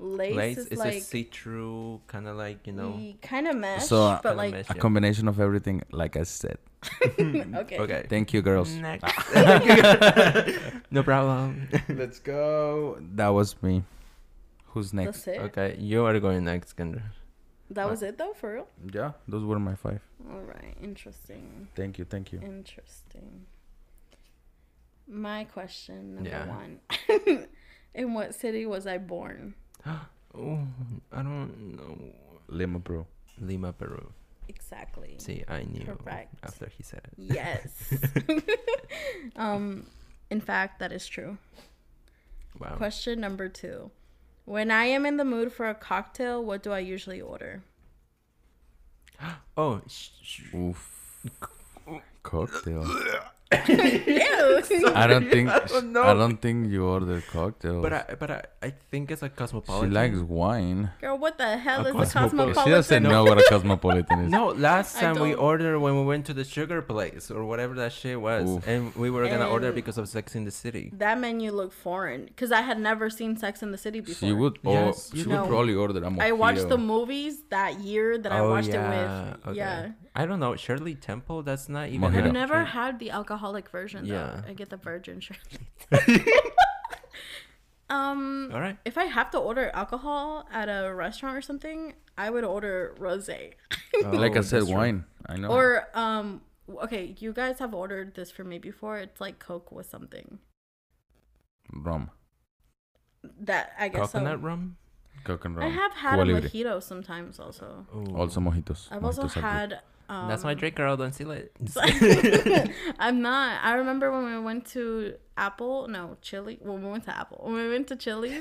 Lace,
lace
is,
is a
like
see-through kind of like you know.
kind of mesh,
So, uh,
but
kinda
like
mesh.
A
Yeah.
combination of everything, like I said.
okay.
Okay.
Thank you, girls.
Next. no problem.
Let's go. That was me. Who's next?
That's it.
Okay, Uh. you are going next, Kendra.
That was it though, for real.
Yeah, those were my five.
All right, interesting,
Thank you, thank you.
interesting. My question number
Yeah.
one: In what city was I born?
Oh, I don't know.
Lima Pro.
Lima, Peru.
Exactly.
See, I knew
Correct.
after he said it.
Yes. um, in fact, that is true.
Wow.
Question number two. When I am in the mood for a cocktail, what do I usually order?
Oh, sh- sh-
Oof. Cocktail.
Ew.
I don't think. I
don't
don't,
know.
think you order cocktails.
but I, but I, I think it's a
she
cosmopolitan.
likes wine.
Girl, what the hell
A
is a
cosmopolitan.
cosmopolitan?
She doesn't know what a cosmopolitan is.
No, last
I
time we
don't-
ordered when we went to the sugar place or whatever that shit was,
Oof.
and we were gonna order
And-
because of Sex in the City.
That menu looked foreign because I had never seen Sex in the City before.
She would. Or,
Yes,
she
you
know.
would probably order a mojito.
I watched the movies that year that
Oh,
I watched it with.
okay.
Yeah.
I don't know Shirley Temple. That's not even. an
Mojito.
I've
Yeah.
never
option.
had the alcoholic version though.
Yeah.
I get the virgin Shirley. um
All right.
if I have to order alcohol at a restaurant or something, I would order rosé.
like I
Oh,
said,
that's true.
wine. I know.
Or um okay, you guys have ordered this for me before. It's like Coke with something.
rum.
That I guess
Coconut
so.
rum.
Coke and rum.
I have had
Cuba
a
Libre.
mojito sometimes also.
Ooh.
Also mojitos.
I've also
Mojitos are good.
had um,
Oh, that's my drink, girl. Don't steal it.
I'm not. I remember when we went to Apple, no, Chili. When we went to Apple, when we went to Chili,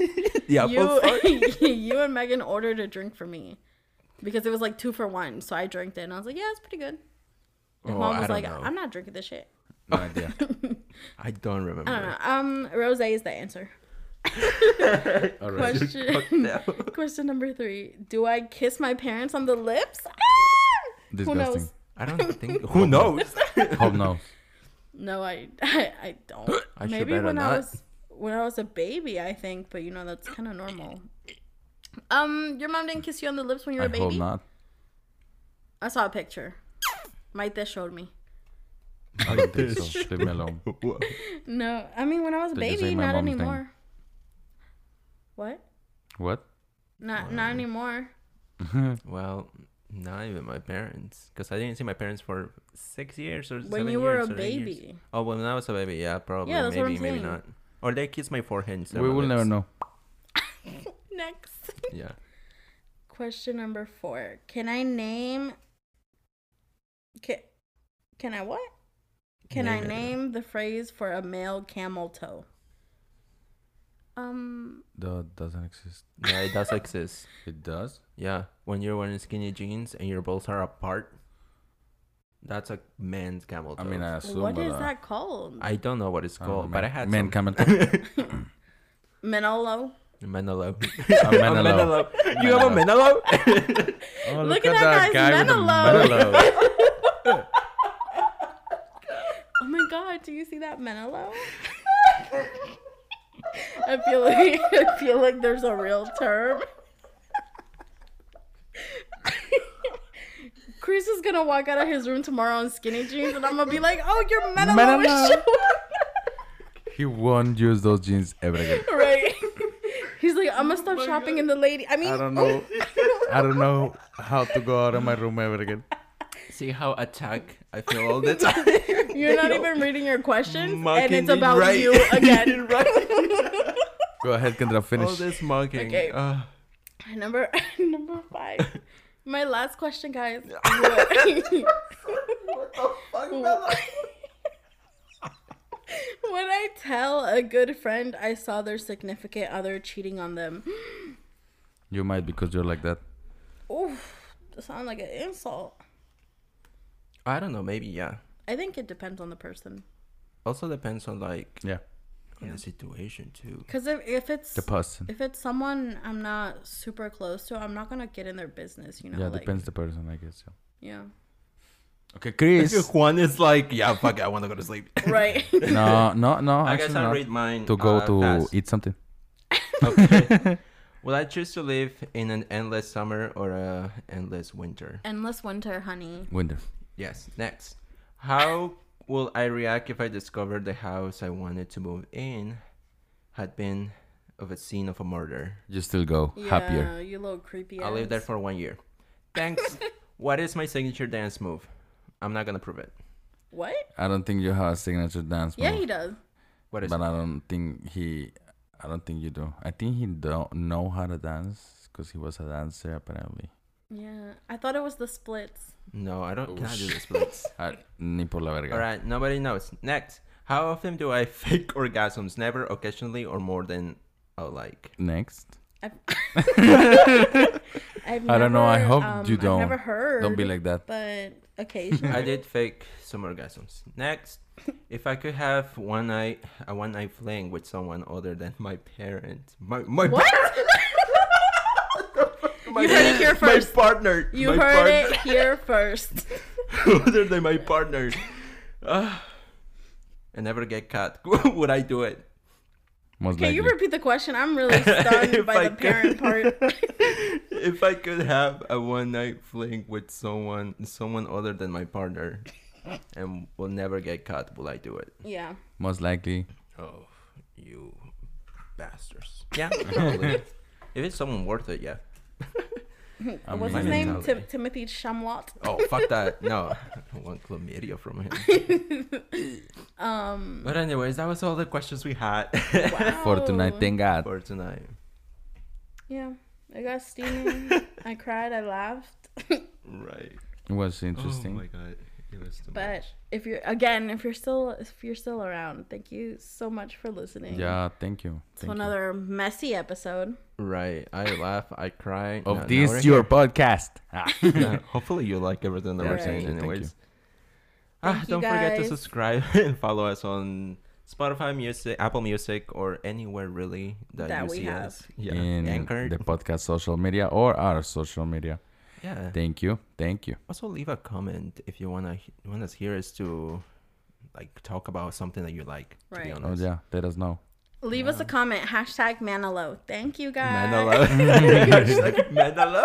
yeah,
Oh,
you, you and Megan ordered a drink for me because it was like two for one. So I drank it and I was like, yeah, it's pretty good. And
Oh,
mom
I
was
don't
like,
know.
I'm not drinking this shit.
No idea.
I don't remember.
I don't know. Um, rose is the answer.
All right.
Question. Question number three: Do I kiss my parents on the lips? Ah! Who
Disgusting.
knows?
I don't think.
Who knows? Hope no.
No, I, I, I don't.
I should
Maybe
bet
when
on
I
that.
was when I was a baby, I think, but you know that's kind of normal. Um, your mom didn't kiss you on the lips when you were
I
a
hope
baby.
not.
I saw a picture. Maite showed me.
I don't think so. Leave me alone.
Whoa.
No, I mean when I was a
Did you say
baby,
my
not
mom thing?
anymore. What?
What?
Not not anymore.
Well, not even my parents, because I didn't see my parents for six years or
When
seven
you were a
years or eight years.
baby.
Oh, when I was a baby, yeah, probably,
Yeah, that's what
maybe,
I'm
maybe
saying.
not. Or they kissed my forehead. instead of
we
my
will never
lips.
know.
Next.
Yeah.
Question number four. Can I name? Can, can I what? Can I
Name it.
name the phrase for a male camel toe? Um,
That doesn't exist.
Yeah, it does exist.
It does.
Yeah, when you're wearing skinny jeans and your balls are apart, that's a man's camel toe.
I mean, I assume.
what
but,
is
uh,
that called?
I don't know what it's
I don't
called,
know,
but I
man.
had
men
some.
coming. to-
Manolo.
Menelo.
A Menelo.
You have a Menelo?
Oh,
Look at that guy's
with the
Menelo.
Menelo.
Oh my god, do you see that Manolo? I feel like I feel like there's a real term. Chris is gonna walk out of his room tomorrow in skinny jeans, and I'm gonna be like, "Oh, your Manolo,
Manolo.
is showing."
he won't use those jeans ever again.
right? He's like, "I'm gonna stop shopping in the lady." I mean,
I don't know. I don't know how to go out of my room ever again.
See how attack I feel all the time?
you're not even reading your questions, and
Mocking
it's
me
about
right-
you again.
right.
Go ahead, Kendra. Finish.
All this mocking. Uh.
Okay.
Ugh.
Number number five. My last question, guys. Would- Would I tell a good friend I saw their significant other cheating on them?
You might because you're like that.
Oof, that sounds like an insult.
I don't know, maybe, yeah.
I think it depends on the person.
Also depends on, like,
Yeah.
on the situation, too.
Cause if, if it's
The person.
if it's someone I'm not super close to, I'm not gonna get in their business. You know,
Yeah,
like,
depends the person, I guess. Yeah.
Yeah,
Okay, Chris.
Juan is like, yeah, fuck it, I want to go to sleep.
right.
no, no, no.
I
Actually,
guess I'll
not.
read mine.
to go
uh,
to
fast.
eat something.
Okay. Will I choose to live in an endless summer or a endless winter?
Endless winter, honey.
Winter.
Yes. Next. How will I react if I discovered the house I wanted to move in had been of a scene of a murder?
You still go
Yeah,
happier.
you little creepy.
I'll live there
ass.
for one year. Thanks. what is my signature dance move? I'm not gonna prove it.
What?
I don't think you have a signature dance
Yeah,
move,
he does.
What is
but
it?
I don't think he. I don't think you do. I think he don't know how to dance because he was a dancer apparently.
Yeah, I thought it was the splits.
No, I don't. Can I do
Oosh.
this, please?
Ah, Ni por la verga.
All right. Nobody knows. Next. How often do I fake orgasms? Never, occasionally, or more than I like.
Next.
I've, I've
I don't know, I
never, um,
hope you
I've
don't.
never heard.
Don't be like that.
But occasionally.
I did fake some orgasms. Next, if I could have one night a one night fling with someone other than my parent, my my
What?
my,
You heard it here first.
My partner.
you
my
heard it
partner,
here first.
other than my partner. Ah. and never get caught. Would I do it?
Most
Can you
likely.
repeat the question? I'm really stunned
If
by
I
the parent part.
if I could have a one night fling with someone someone other than my partner and will never get caught, will I do it?
Yeah.
Most likely.
Oh, you bastards. Yeah, probably. if it's someone worth it, yeah.
I
What's
mean-
his name? Tim-
Mentality.
Timothy Shamlot.
Oh, fuck that. No, I don't want chlamydia from him.
Um.
But, anyways, that was all the questions we had
For
wow.
tonight, thank God.
for tonight.
Yeah. I got steaming. I cried. I laughed.
Right.
It was interesting.
Oh, my God. It was too
But
much.
if you're again, if you're still if you're still around, thank you so much for listening.
yeah, thank you.
To
thank you.
another messy episode.
Right. I laugh. I cry.
Of
No, now we're
this, your podcast. Ah.
here. No, hopefully, you like everything that we're
Right.
saying,
Thank you.
anyways.
Thank
Ah,
you,
don't forget to
guys.
subscribe and follow us on Spotify Music, Apple Music, or anywhere really that,
That
you
we
see
have.
us. Yeah,
in
Anchor.
the podcast social media or our social media.
yeah.
Thank you. Thank you.
Also leave a comment if you wanna he- want us here is to like talk about something that you like. To be
Right.
Oh
honest.
yeah, let us know.
Leave us a comment. Hashtag Manolo. Thank you guys.
Manolo. Hashtag Manolo.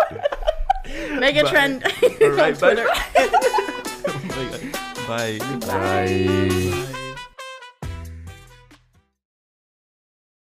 Make a
Bye.
trend.
All right,
on Twitter.
bye. Bye.
Bye.
Bye.